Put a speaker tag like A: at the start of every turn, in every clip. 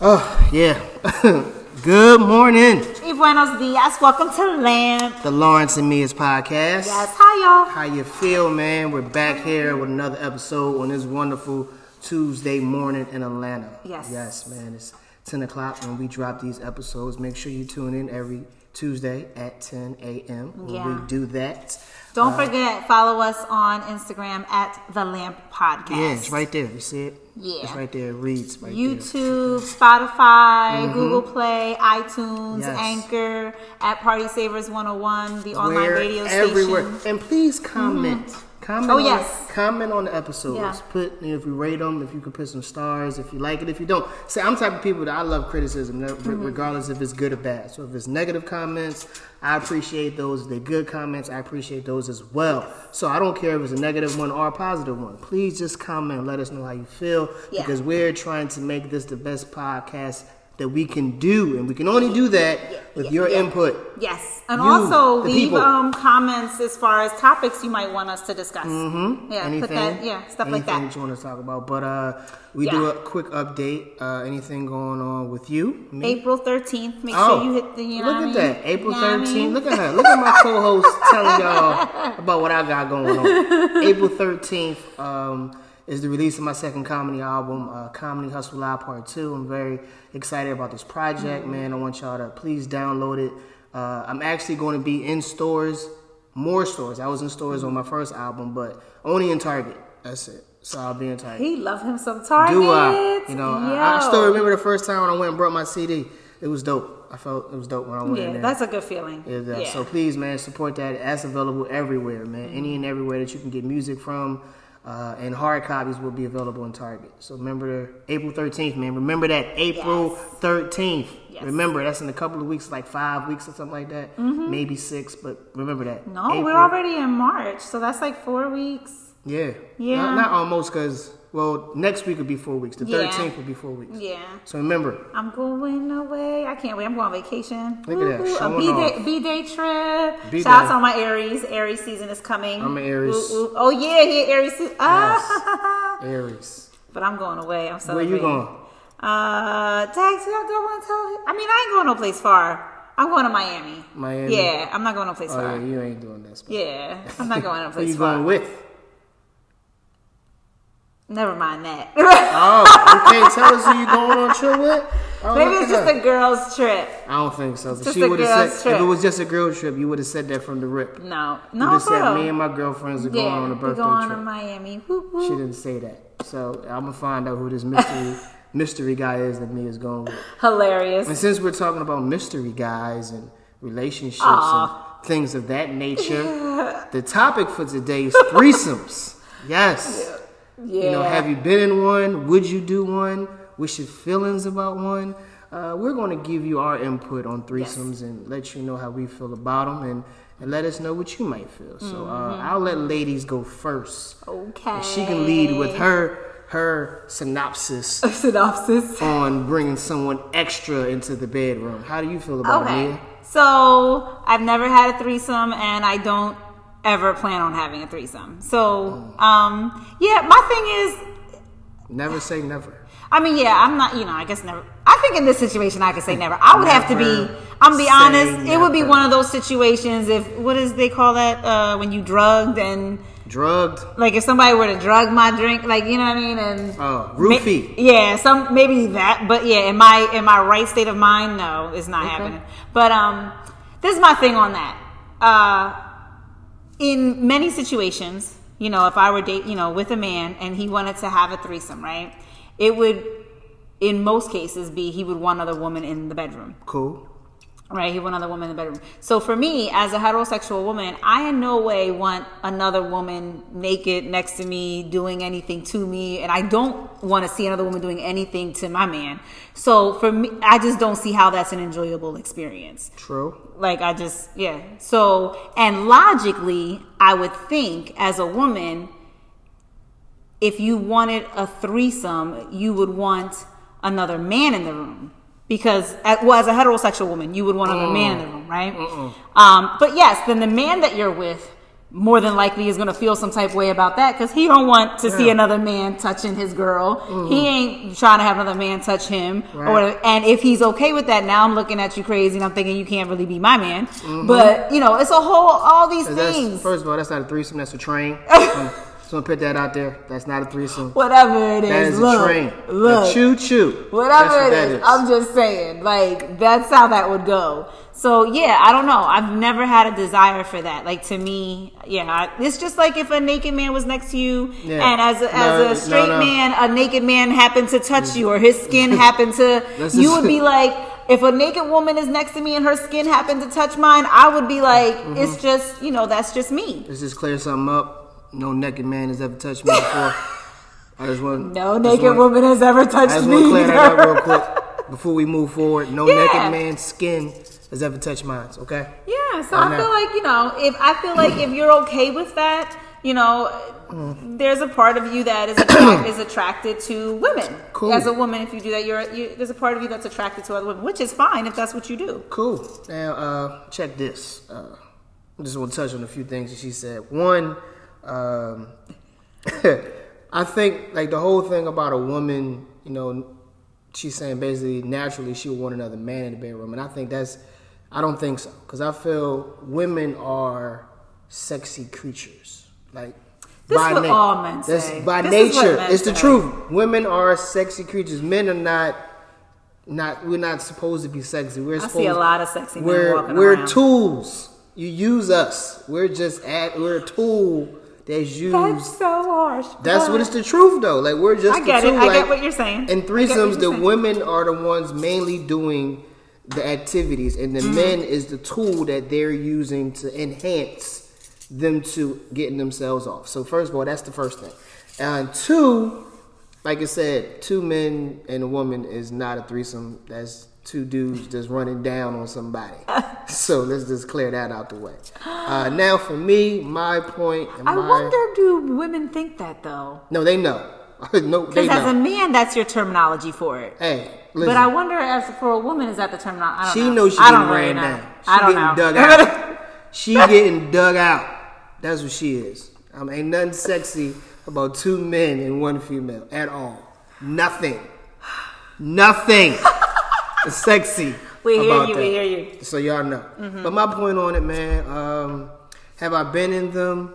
A: Oh, yeah. Good morning.
B: Y buenos dias. Welcome to Lamb.
A: The Lawrence and Mears podcast.
B: Yes, hi y'all.
A: How you feel, man? We're back here with another episode on this wonderful Tuesday morning in Atlanta.
B: Yes.
A: Yes, man. It's 10 o'clock when we drop these episodes. Make sure you tune in every Tuesday at 10 a.m. when
B: Yeah.
A: we do that.
B: Don't
A: Uh,
B: forget, follow us on Instagram at The Lamp Podcast.
A: Yeah, it's right there. You see it?
B: Yeah.
A: It's right there. It reads right there. Mm-hmm.
B: YouTube, Spotify, Google Play, iTunes,
A: Yes.
B: Anchor, at Party Savers 101, the online
A: Where
B: radio
A: everywhere.
B: station. Mm-hmm.
A: And please comment. Comment
B: Oh,
A: on
B: yes.
A: the, comment on the episodes.
B: Yeah.
A: Put you know, if you rate them, if you can put some stars, if you like it, if you don't. See, I'm the type of people that I love criticism, no- re-
B: Mm-hmm.
A: regardless if it's good or bad. So if it's negative comments, I appreciate those. If they're good comments, I appreciate those as well. So I don't care if it's a negative one or a positive one. Please just comment. Let us know how you feel
B: Yeah.
A: because we're trying to make this the best podcast that we can do, and we can only do that with your input.
B: Yes. And
A: You,
B: also
A: the
B: leave
A: people.
B: um, comments as far as topics you might want us to discuss. Yeah,
A: Mm-hmm. anything,
B: put that, yeah, stuff like
A: anything
B: that.
A: you want to talk about. But uh, we do
B: Yeah.
A: a quick update. Uh, anything going on with you? Me?
B: April 13th. Make
A: Oh,
B: sure you hit the, you know
A: look
B: what I
A: at
B: mean?
A: that, April
B: You know what I mean?
A: thirteenth. Look at her. Look at my co-host telling y'all about what I got going on. April thirteenth um, is the release of my second comedy album, uh, Comedy Hustle Live Part Two. I'm very excited about this project,
B: Mm-hmm.
A: man. I want y'all to please download it. Uh, I'm actually going to be in stores, more stores. I was in stores on my first album, but only in Target. That's it. So I'll be in Target.
B: He love him some Target.
A: Do I? You know, I, I
B: Yo.
A: still remember the first time when I went and brought my CD. It was dope. I felt it was dope when I went in
B: Yeah,
A: there.
B: that's a good feeling.
A: It, uh,
B: yeah.
A: So please, man, support that. That's available everywhere, man. Any and everywhere that you can get music from. Uh, and hard copies will be available in Target. So remember April 13th, man. Remember that April
B: Yes.
A: 13th.
B: Yes.
A: Remember, that's in a couple of weeks, like five weeks or something like that. Maybe six, but remember that.
B: Mm-hmm. no,
A: April.
B: we're already in March, so that's like four weeks.
A: Yeah.
B: Yeah.
A: Not, not almost, because, well, next week would be four weeks. The
B: Yeah.
A: 13th would be four weeks.
B: Yeah.
A: So remember,
B: I'm going away. I can't wait. I'm going on vacation.
A: Look at that,
B: Woo-hoo. A
A: showing
B: B-day,
A: off.
B: B-day trip.
A: B-day.
B: Shout out to all my Aries. Aries season is coming.
A: I'm an Aries.
B: Whoop, whoop. Oh, yeah, yeah, Aries. se- Ah.
A: Aries.
B: But I'm going away. I'm
A: Where
B: celebrating.
A: you going? Oh,
B: Uh, Dax, I don't want to tell you. I mean, I ain't going no place far. I'm going to Miami.
A: Miami?
B: Yeah, I'm not going no place
A: Oh,
B: far.
A: yeah, you ain't doing this.
B: Yeah. I'm not going no
A: Who
B: place
A: you
B: far.
A: going with?
B: Never mind that.
A: Oh, you can't tell us who you going on a trip with? Oh,
B: Maybe
A: look
B: it's
A: at
B: just
A: her.
B: a girls' trip.
A: I don't think so.
B: just
A: she
B: a
A: would have
B: girl's
A: said
B: trip.
A: if it was just a girl trip, you would have said that from the rip.
B: No,
A: you
B: no,
A: would have
B: for
A: said
B: real.
A: me and my girlfriends are going
B: yeah,
A: on a
B: we're
A: birthday
B: going
A: trip.
B: to Miami. Whoop,
A: She
B: whoop.
A: didn't say that, so I'm gonna find out who this mystery mystery guy is that me is going with. And
B: Hilarious.
A: since we're talking about mystery guys and relationships
B: Aw.
A: and things of that nature, the topic for today is threesomes. yes.
B: Yeah.
A: You know, have you been in one? Would you do one? What's your feelings about one? Uh, we're going to give you our input on threesomes and let you know how we feel about them and, and let us know what you might feel. So uh,
B: Mm-hmm.
A: I'll let ladies go first.
B: okay.
A: And she can lead with her her synopsis
B: synopsis.
A: on bringing someone extra into the bedroom. How do you feel about it,
B: Okay.
A: Mia?
B: So I've never had a threesome, and I don't ever plan on having a threesome. So,
A: Oh.
B: um, yeah, my thing is,
A: Never say never.
B: I mean, yeah, I'm not, you know, I guess never. I think in this situation, I could say never. I would have to be,
A: Never
B: I'm gonna be
A: say
B: honest, it would be
A: never.
B: one of those situations if, what is they call that, uh, when you drugged and,
A: Drugged.
B: like, if somebody were to drug my drink, like, you know what I mean? And,
A: Oh,
B: Ma-
A: roofie.
B: yeah, some maybe that, but yeah, in my in my right state of mind, no, it's not happening. But um, this is my thing on that. Uh, in many situations, you know, if I were date, you know, with a man and he wanted to have a threesome, right? It would, in most cases, be he would want another woman in the bedroom
A: Cool.
B: right? He want another woman in the bedroom. So for me, as a heterosexual woman, I in no way want another woman naked next to me doing anything to me, and I don't want to see another woman doing anything to my man. So for me, I just don't see how that's an enjoyable experience.
A: True.
B: Like I just yeah. So and logically, I would think as a woman, if you wanted a threesome, you would want another man in the room because as, well, as a heterosexual woman, you would want another man in the room, right? Um, but yes, then the man that you're with more than likely is going to feel some type of way about that because he don't want to see
A: Yeah.
B: another man touching his girl. He ain't trying to have another man touch him. Or
A: Right.
B: whatever. and if he's okay with that, now I'm looking at you crazy and I'm thinking you can't really be my man. But you know, it's a whole all these
A: Mm-hmm. That's-
B: things. Oh.
A: first of all, that's not a threesome. That's a train. um, just want to put that out there. That's not a threesome.
B: Whatever it is,
A: That is
B: look,
A: a train.
B: look,
A: a choo choo.
B: Whatever it is, I'm just saying, like that's how that would go. So yeah, I don't know. I've never had a desire for that. Like to me, yeah, I- it's just like if a naked man was next to you,
A: Yeah.
B: and as a,
A: No,
B: as a
A: no,
B: straight
A: no.
B: man, a naked man happened to touch you, or his skin happened to,
A: That's
B: you
A: just-
B: would be like, if a naked woman is next to me and her skin happened to touch mine, I would be like,
A: Mm-hmm.
B: it's just you know, that's just me.
A: Let's just clear something up. No naked man has ever touched me before. I just want
B: No
A: just
B: naked
A: want-
B: woman has ever touched
A: I just
B: me.
A: want to clear that
B: either.
A: up real quick before we move forward. No
B: Yeah.
A: naked man's skin has ever touched mine. Okay.
B: Yeah, so
A: I
B: I
A: know.
B: feel like you know, if I feel like if you're okay with that, you know, there's a part of you that is attract, is attracted to women.
A: Cool.
B: As a woman, if you do that, you're you, there's a part of you that's attracted to other women, which is fine if that's what you do.
A: Cool. Now, uh, check this. Uh, I just want to touch on a few things that she said. One, um, I think like the whole thing about a woman, you know, she's saying basically naturally she would want another man in the bedroom, and I think that's, I don't think so, because I feel women are sexy creatures, like.
B: This
A: by
B: what
A: na-
B: all men
A: that's
B: say.
A: by
B: This is what
A: nature.
B: men
A: It's the
B: say.
A: truth. Women are sexy creatures. Men are not. Not we're not supposed to be sexy. We're
B: I
A: supposed
B: see a lot of sexy men
A: we're
B: walking
A: we're
B: around.
A: tools. You use us. We're just at we're a tool that's used.
B: That's so harsh.
A: That's what it's the truth though. Like we're just
B: I get
A: the
B: it.
A: tool.
B: I get
A: Like,
B: what you're
A: In
B: saying. I get what you're
A: threesomes, the
B: saying.
A: women are the ones mainly doing the activities, and the
B: Mm-hmm.
A: men is the tool that they're using to enhance them to getting themselves off. So first of all, that's the first thing. And two, like I said, two men and a woman is not a threesome. That's two dudes just running down on somebody. so let's just clear that out the way. Uh, now, for me, my point. And
B: I
A: my,
B: wonder, do women think that though?
A: No, they know. no, they
B: Because as
A: know.
B: a man, that's your terminology for it.
A: Hey, listen.
B: But I wonder, as for a woman, is that the terminology? I don't
A: she
B: know.
A: knows she
B: I
A: getting
B: don't really
A: ran
B: know.
A: down. She
B: I don't
A: getting
B: know.
A: dug out. she getting dug out. That's what she is. Um, ain't nothing sexy about two men and one female at all. Nothing. Nothing. is sexy.
B: We hear
A: about
B: you,
A: that.
B: we hear you. Mm-hmm.
A: So y'all know. But my point on it, man. Um, have I been in them?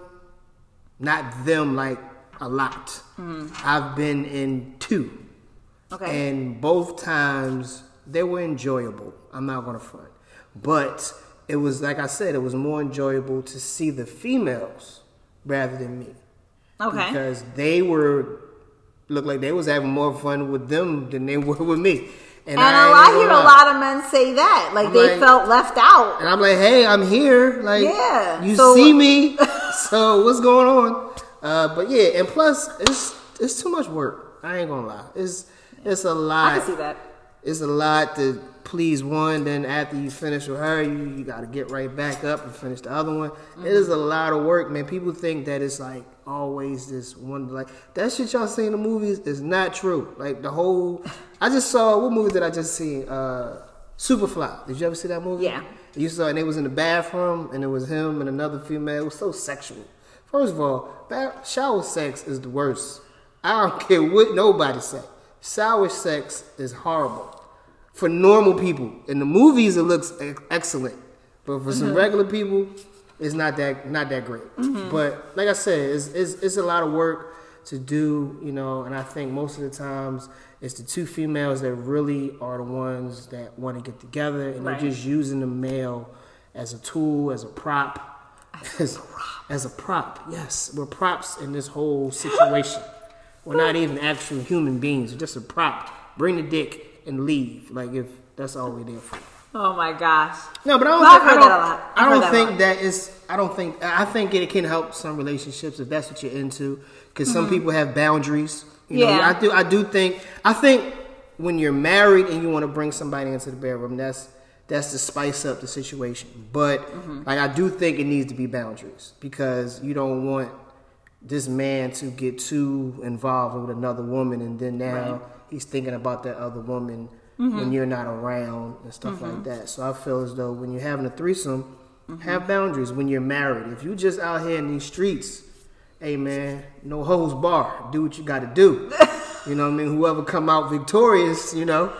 A: Not them like a lot.
B: Mm.
A: I've been in two.
B: Okay.
A: And both times they were enjoyable. I'm not gonna front. But it was like I said, it was more enjoyable to see the females rather than me.
B: okay.
A: Because they were looked like they was having more fun with them than they were with me.
B: And I,
A: ain't
B: I
A: gonna
B: hear a
A: lie.
B: lot of men say that, like
A: I'm
B: they
A: like-
B: felt left out.
A: And I'm like, hey, I'm here. Like,
B: Yeah,
A: you
B: so-
A: see me. so what's going on? Uh, but yeah, and plus, it's it's too much work. I ain't gonna lie. It's it's a lot.
B: I can see that.
A: It's a lot to please one. Then after you finish with her, you, you got to get right back up and finish the other one. It is a lot of work, man. People think that it's like always this one. Like that shit y'all see in the movies is not true. Like the whole. I just saw what movie did I just see? Uh, Superfly. Did you ever see that movie?
B: Yeah.
A: You saw, and they was in the bathroom, and it was him and another female. It was so sexual. First of all, ba- shower sex is the worst. I don't care what nobody say. Shower sex is horrible for normal people. In the movies, it looks e- excellent, but for some regular people, it's not that not that great. But like I said, it's, it's it's a lot of work to do, you know. And I think most of the times, it's the two females that really are the ones that want to get together, and
B: Right.
A: they're just using the male as a tool, as a prop. As, as a prop, yes, we're props in this whole situation. We're not even actual human beings. We're just a prop. Bring the dick and leave. Like if that's all we're there for.
B: Oh my gosh.
A: No, but I don't.
B: Well, I've
A: think,
B: heard
A: I don't,
B: that a lot. I've
A: I
B: heard
A: don't
B: that a
A: think
B: lot.
A: that is. I don't think. I think it can help some relationships if that's what you're into. Because some people have boundaries. You know,
B: Mm-hmm. Yeah.
A: I do. I do think. I think when you're married and you want to bring somebody into the bedroom, that's that's to spice up the situation. But like, I do think it needs to be boundaries because you don't want this man to get too involved with another woman, and then now he's thinking about that other woman when you're not around and stuff like that. So I feel as though when you're having a threesome, Have boundaries when you're married. If you just out here in these streets, hey man, no hoes bar. Do what you got to do. you know what I mean? Whoever come out victorious, you know,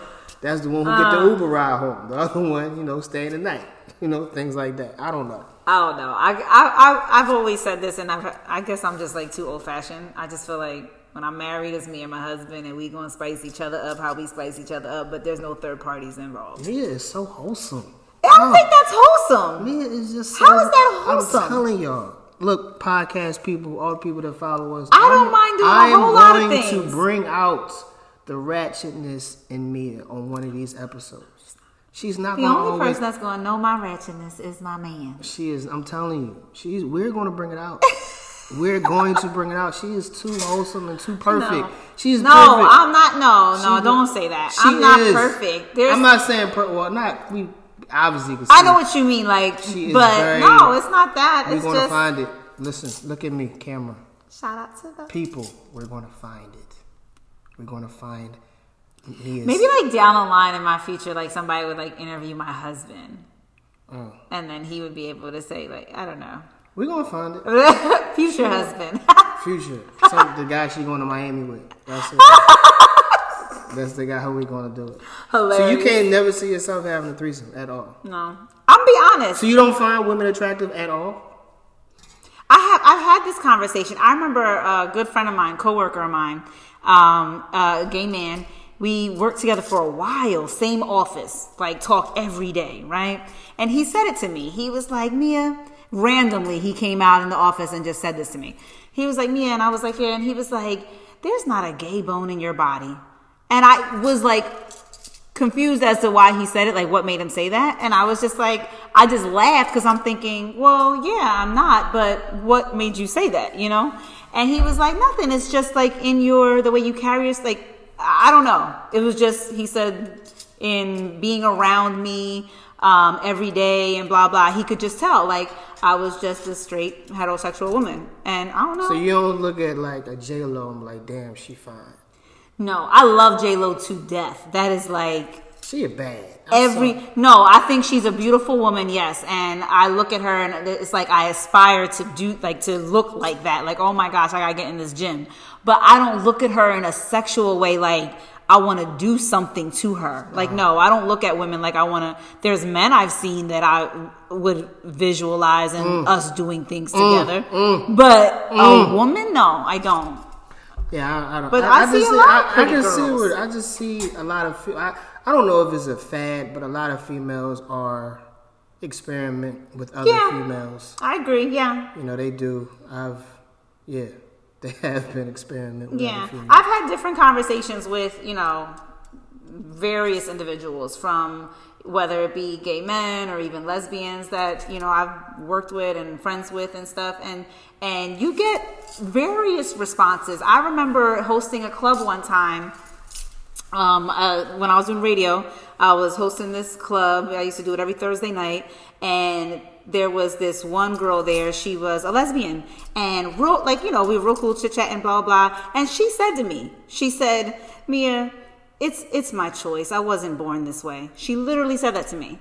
A: that's the one who
B: Uh.
A: get the Uber ride home. The other one, you know, stay the night. You know, things like that. I don't know.
B: I don't know. I, I, I, I've always said this, and I've, I guess I'm just like too old fashioned. I just feel like when I'm married, it's me and my husband, and we going to spice each other up how we spice each other up, but there's no third parties involved. Oh.
A: Mia is so wholesome. Oh,
B: I don't think that's wholesome.
A: Mia is just.
B: How is that wholesome?
A: I'm telling y'all. Look, podcast people, all the people that follow us.
B: I don't mind doing a
A: I'm
B: whole lot of
A: going
B: things.
A: to bring out the ratchetness in Mia on one of these episodes. She's not
B: The
A: going to
B: only
A: always.
B: person that's going to know my ratchetness is my man.
A: She is. I'm telling you, she's. We're going to bring it out. we're going to bring it out. She is too wholesome and too perfect.
B: No.
A: She's
B: No,
A: perfect.
B: I'm not. No, no,
A: She-
B: don't say that.
A: She
B: I'm not
A: is.
B: perfect. There's,
A: I'm not saying per- well, not we obviously. Can
B: I
A: see.
B: know what you mean, like,
A: She is
B: but
A: very-
B: no, it's not that.
A: We're
B: It's
A: going to
B: just
A: find it. Listen, look at me, camera,
B: shout out to the
A: people. We're going to find it. We're going to find. Mia's-
B: maybe like down the line in my future, like somebody would like interview my husband,
A: Mm.
B: and then he would be able to say like, I don't know,
A: We're gonna find it.
B: future husband.
A: Future. Some, the guy she going to Miami with. That's it. That's the guy who we gonna do it. So
B: Hilarious.
A: you can't never see yourself having a threesome at all.
B: No, I'm be honest.
A: So you don't find women attractive at all?
B: I have I've had this conversation. I remember a good friend of mine, coworker of mine, um, a gay man. We worked together for a while, same office, like talk every day, right? And he said it to me. He was like, Mia, randomly he came out in the office and just said this to me. He was like, Mia, and I was like, yeah, and he was like, There's not a gay bone in your body. And I was like, confused as to why he said it, like what made him say that. And I was just like, I just laughed because I'm thinking, well, yeah, I'm not, but what made you say that, you know? And he was like, nothing. It's just like in your, the way you carry yourself, like, I don't know. It was just, he said, in being around me um, every day and blah, blah, he could just tell, like, I was just a straight heterosexual woman. And I don't know.
A: So you don't look at like a J Lo and be like, damn, she fine.
B: no, I love J-Lo to death. That is like,
A: She a bad. I'm
B: every
A: sorry.
B: no i think she's a beautiful woman yes and i look at her and it's like i aspire to do like to look like that like oh my gosh i gotta get in this gym but i don't look at her in a sexual way like i want to do something to her like no i don't look at women like i want to there's men i've seen that i would visualize and us doing things together but a woman no i don't
A: Yeah, I, I don't.
B: But I see
A: just
B: a lot of
A: I,
B: pretty
A: I just
B: girls.
A: see what I just see a lot of. fe- I, I don't know if it's a fad, but a lot of females are experiment with other
B: Yeah.
A: females.
B: i agree yeah
A: You know, they do. I've yeah, they have been experimenting. With
B: Yeah,
A: other females.
B: I've had different conversations with you know various individuals from whether it be gay men or even lesbians that you know I've worked with and friends with and stuff and and you get various responses. I remember hosting a club one time um, uh, when I was doing radio, I was hosting this club. I used to do it every Thursday night, and there was this one girl there. She was a lesbian, and real like you know we were real cool chit chat and blah blah. And she said to me, she said, Mia, it's it's my choice. I wasn't born this way. She literally said that to me.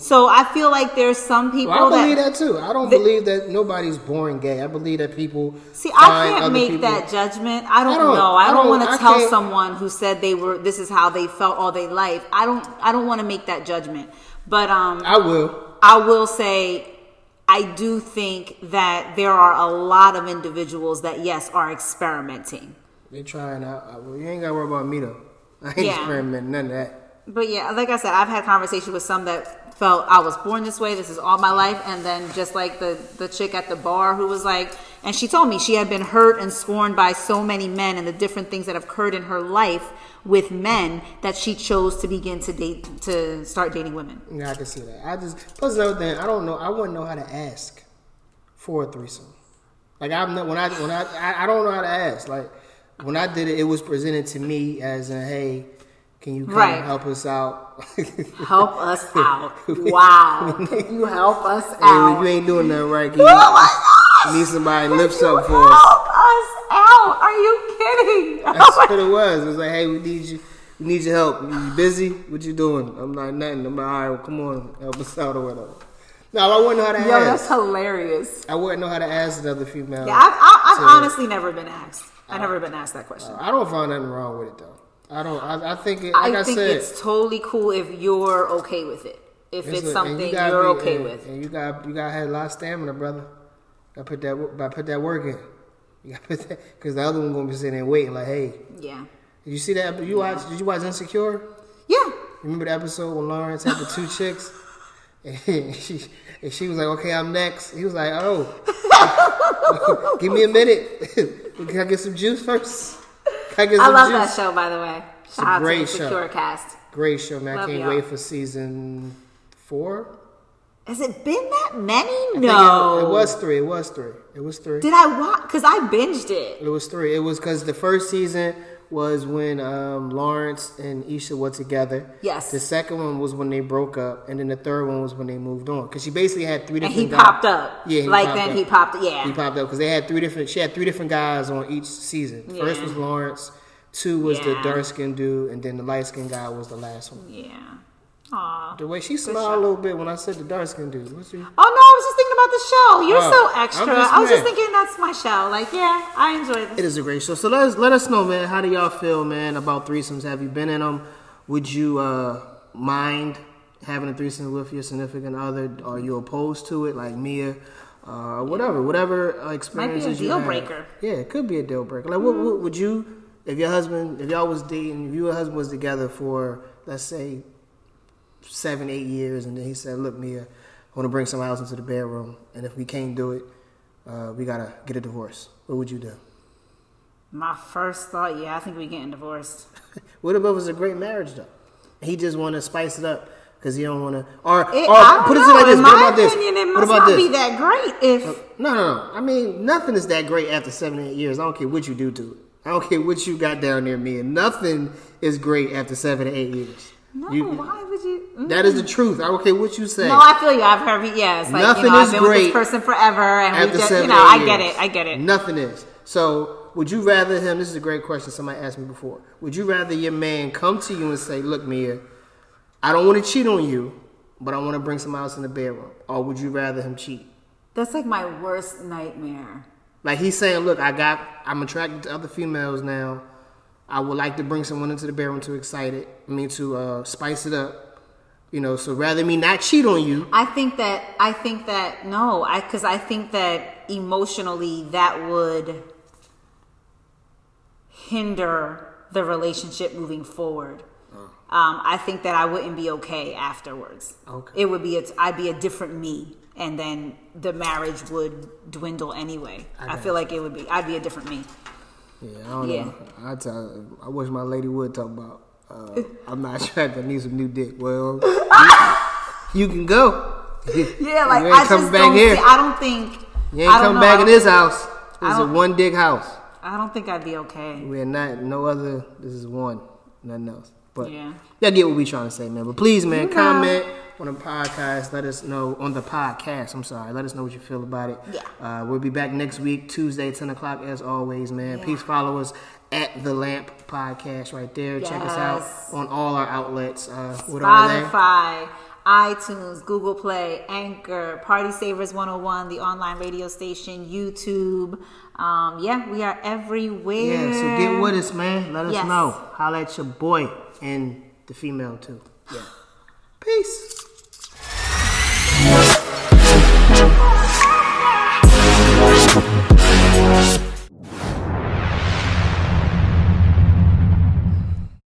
B: So I feel like there's some people
A: Mm-hmm. Well, I believe
B: that
A: that, too. I don't believe that nobody's born gay. I believe that people
B: See, I
A: find
B: can't
A: other
B: make
A: people-
B: that judgment. I don't,
A: I don't-
B: know. I
A: I
B: don't,
A: don't-
B: want to
A: I
B: tell
A: can't-
B: someone who said they were this is how they felt all their life. I don't I don't want to make that judgment. But um
A: I will.
B: I will say I do think that there are a lot of individuals that yes are experimenting.
A: They trying out. I, well, you ain't gotta worry about me though. I ain't
B: Yeah.
A: experimenting none of that.
B: But yeah, like I said, I've had conversations with some that felt I was born this way. This is all my life. And then just like the the chick at the bar who was like, and she told me she had been hurt and scorned by so many men and the different things that have occurred in her life with men that she chose to begin to date to start dating women.
A: Yeah, I can see that. I just plus another thing. I don't know. I wouldn't know how to ask for a threesome. Like I'm not when I when I, I I don't know how to ask. Like when I did it, it was presented to me as a hey, can you come
B: Right.
A: help us out?
B: Help us out! Wow, Can you help us
A: Hey,
B: out.
A: you ain't doing nothing right. Can
B: Oh
A: you
B: my gosh!
A: need somebody to lift
B: You
A: up for us?
B: help us out! Are you kidding? Oh
A: That's what it was. It was like, hey, we need you. We need your help. You busy? What you doing? I'm like nothing. I'm like, all right, well, come on, help us out or whatever. No, I wouldn't know how to
C: Yo, that's
A: ask.
C: hilarious.
A: I wouldn't know how to ask another female.
B: Yeah, I've, I- I've
A: So-
B: honestly never been asked. I've never been asked that question.
A: I don't find nothing wrong with it though. I don't. I, I think. It, like I,
B: I think
A: said,
B: it's totally cool if you're okay with it. If it's,
A: Listen, and
B: something you
A: gotta
B: are
A: be-
B: okay
A: and-
B: with.
A: And you got you got to have a lot of stamina, brother. I put that wo- gotta put that work in. You got to put that because the other one gonna be sitting there waiting like, hey,
B: Yeah.
A: did you see that? You watch? Did you watch Insecure?
B: Yeah.
A: Remember the episode when Lawrence had the two chicks? And she, and she was like, okay, I'm next. He was like, oh, give me a minute. Can I get some juice first? Can I get
B: I
A: some
B: love
A: juice?
B: that show, by the way.
A: a
B: Shout out to
A: great
B: the
A: show.
B: Secure Cast.
A: Great show, man. I
B: Love
A: can't
B: y'all.
A: wait for season four.
B: Has it been that many?
A: I think
B: No.
A: It, it was three. It was three. It was three.
B: Did I watch? Because I binged it.
A: It was three. It was because the first season was when um, Lawrence and Isha were together.
B: Yes.
A: The second one was when they broke up, and then the third one was when they moved on. Because she basically had three
B: And
A: different.
B: he
A: guys.
B: popped up.
A: Yeah, he
B: like
A: popped
B: then
A: up.
B: he popped up. Yeah.
A: He popped up because they had three different. She had three different guys on each season. First
B: Yeah.
A: was Lawrence. Two was the
B: Yeah.
A: dark skinned dude, and then the light skinned guy was the last one.
B: yeah. Aw.
A: The way she smiled a little bit when I said the dark skinned dude. What's your?
B: Oh no, I was just thinking about the show. You're
A: Oh,
B: so
A: I'm
B: extra.
A: just
B: I was just
A: mad.
B: thinking that's my show. Like, yeah, I enjoy this.
A: It is a great show. So let us let us know, man. How do y'all feel, man, about threesomes? Have you been in them? Would you uh, mind having a threesome with your significant other? Are you opposed to it, like Mia? Uh, whatever, whatever uh, experiences you
B: deal
A: had.
B: breaker.
A: Yeah, it could be a deal breaker. Like, what, what would you, if your husband, if y'all was dating, if you and husband was together for, let's say, seven, eight years, and then he said, "Look, Mia, I want to bring somebody else into the bedroom, and if we can't do it, uh, we gotta get a divorce." What would you do?
B: My first thought, yeah, I think we getting divorced.
A: What if it was a great marriage though? He just want to spice it up because he don't want to. Or,
B: It,
A: or
B: Eh, I don't
A: Oh, put it
B: know.
A: like this.
B: In
A: What
B: my
A: about this?
B: opinion, it must
A: what about
B: not
A: this? Oh,
B: be that great if
A: No, no, no. I mean, nothing is that great after seven, eight years. I don't care what you do to it. I don't care what you got down there, man. Nothing is great after seven to eight years.
B: no.
A: You-
B: why would you? Mm.
A: that is the truth. I don't care what you say.
B: No, I feel you. I've heard. Yeah, it's like
A: Nothing
B: you know,
A: is
B: I've been
A: great
B: with this person forever, and
A: after
B: we just,
A: seven,
B: you know,
A: eight
B: I
A: years.
B: get it. I get it.
A: Nothing is. So, would you rather him? This is a great question. Somebody asked me before. Would you rather your man come to you and say, "Look, Mia, I don't want to cheat on you, but I want to bring somebody else in the bedroom," or would you rather him cheat?
B: That's like my worst nightmare.
A: Like he's saying, "Look, I got. I'm attracted to other females now. I would like to bring someone into the bedroom to excite it. I mean, to uh, spice it up. You know. So rather me not cheat on you,
B: I think that I think that no, I because I think that emotionally that would hinder the relationship moving forward.
A: Oh.
B: Um, I think that I wouldn't be okay afterwards.
A: Okay.
B: It would be a, I'd be a different me, and then the marriage would dwindle anyway. I,
A: got
B: feel like it would be I'd be a different me.
A: Yeah, I don't
B: Yeah.
A: know. I tell, I wish my lady would talk about. Uh, I'm not attracted. I need some new dick. Well, you, you can go.
B: Yeah, like
A: you
B: I
A: ain't
B: just
A: coming back
B: don't.
A: here.
B: See, I don't think
A: you ain't
B: I
A: coming
B: don't know, I
A: back in
B: don't-
A: this house. This is a
B: don't-
A: one dick house.
B: I don't think I'd be okay.
A: We are not no other. This is one, nothing else. But
B: Yeah.
A: y'all get what we trying to say, man. But please, man,
B: know.
A: comment on the podcast. Let us know on the podcast. I'm sorry. Let us know what you feel about it.
B: Yeah.
A: Uh, we'll be back next week, Tuesday, 10 o'clock, as always, man. Please follow us at the Lamp Podcast right there. Check us
B: Yes.
A: out on all our outlets. Uh, what are they?
B: Spotify, iTunes, Google Play, Anchor, Party Savers 101, the online radio station, YouTube. Um, yeah, we are everywhere.
A: Yeah. So get with us, man. Let us
B: Yes.
A: know. Holla at your boy and the female too. Yeah. Peace.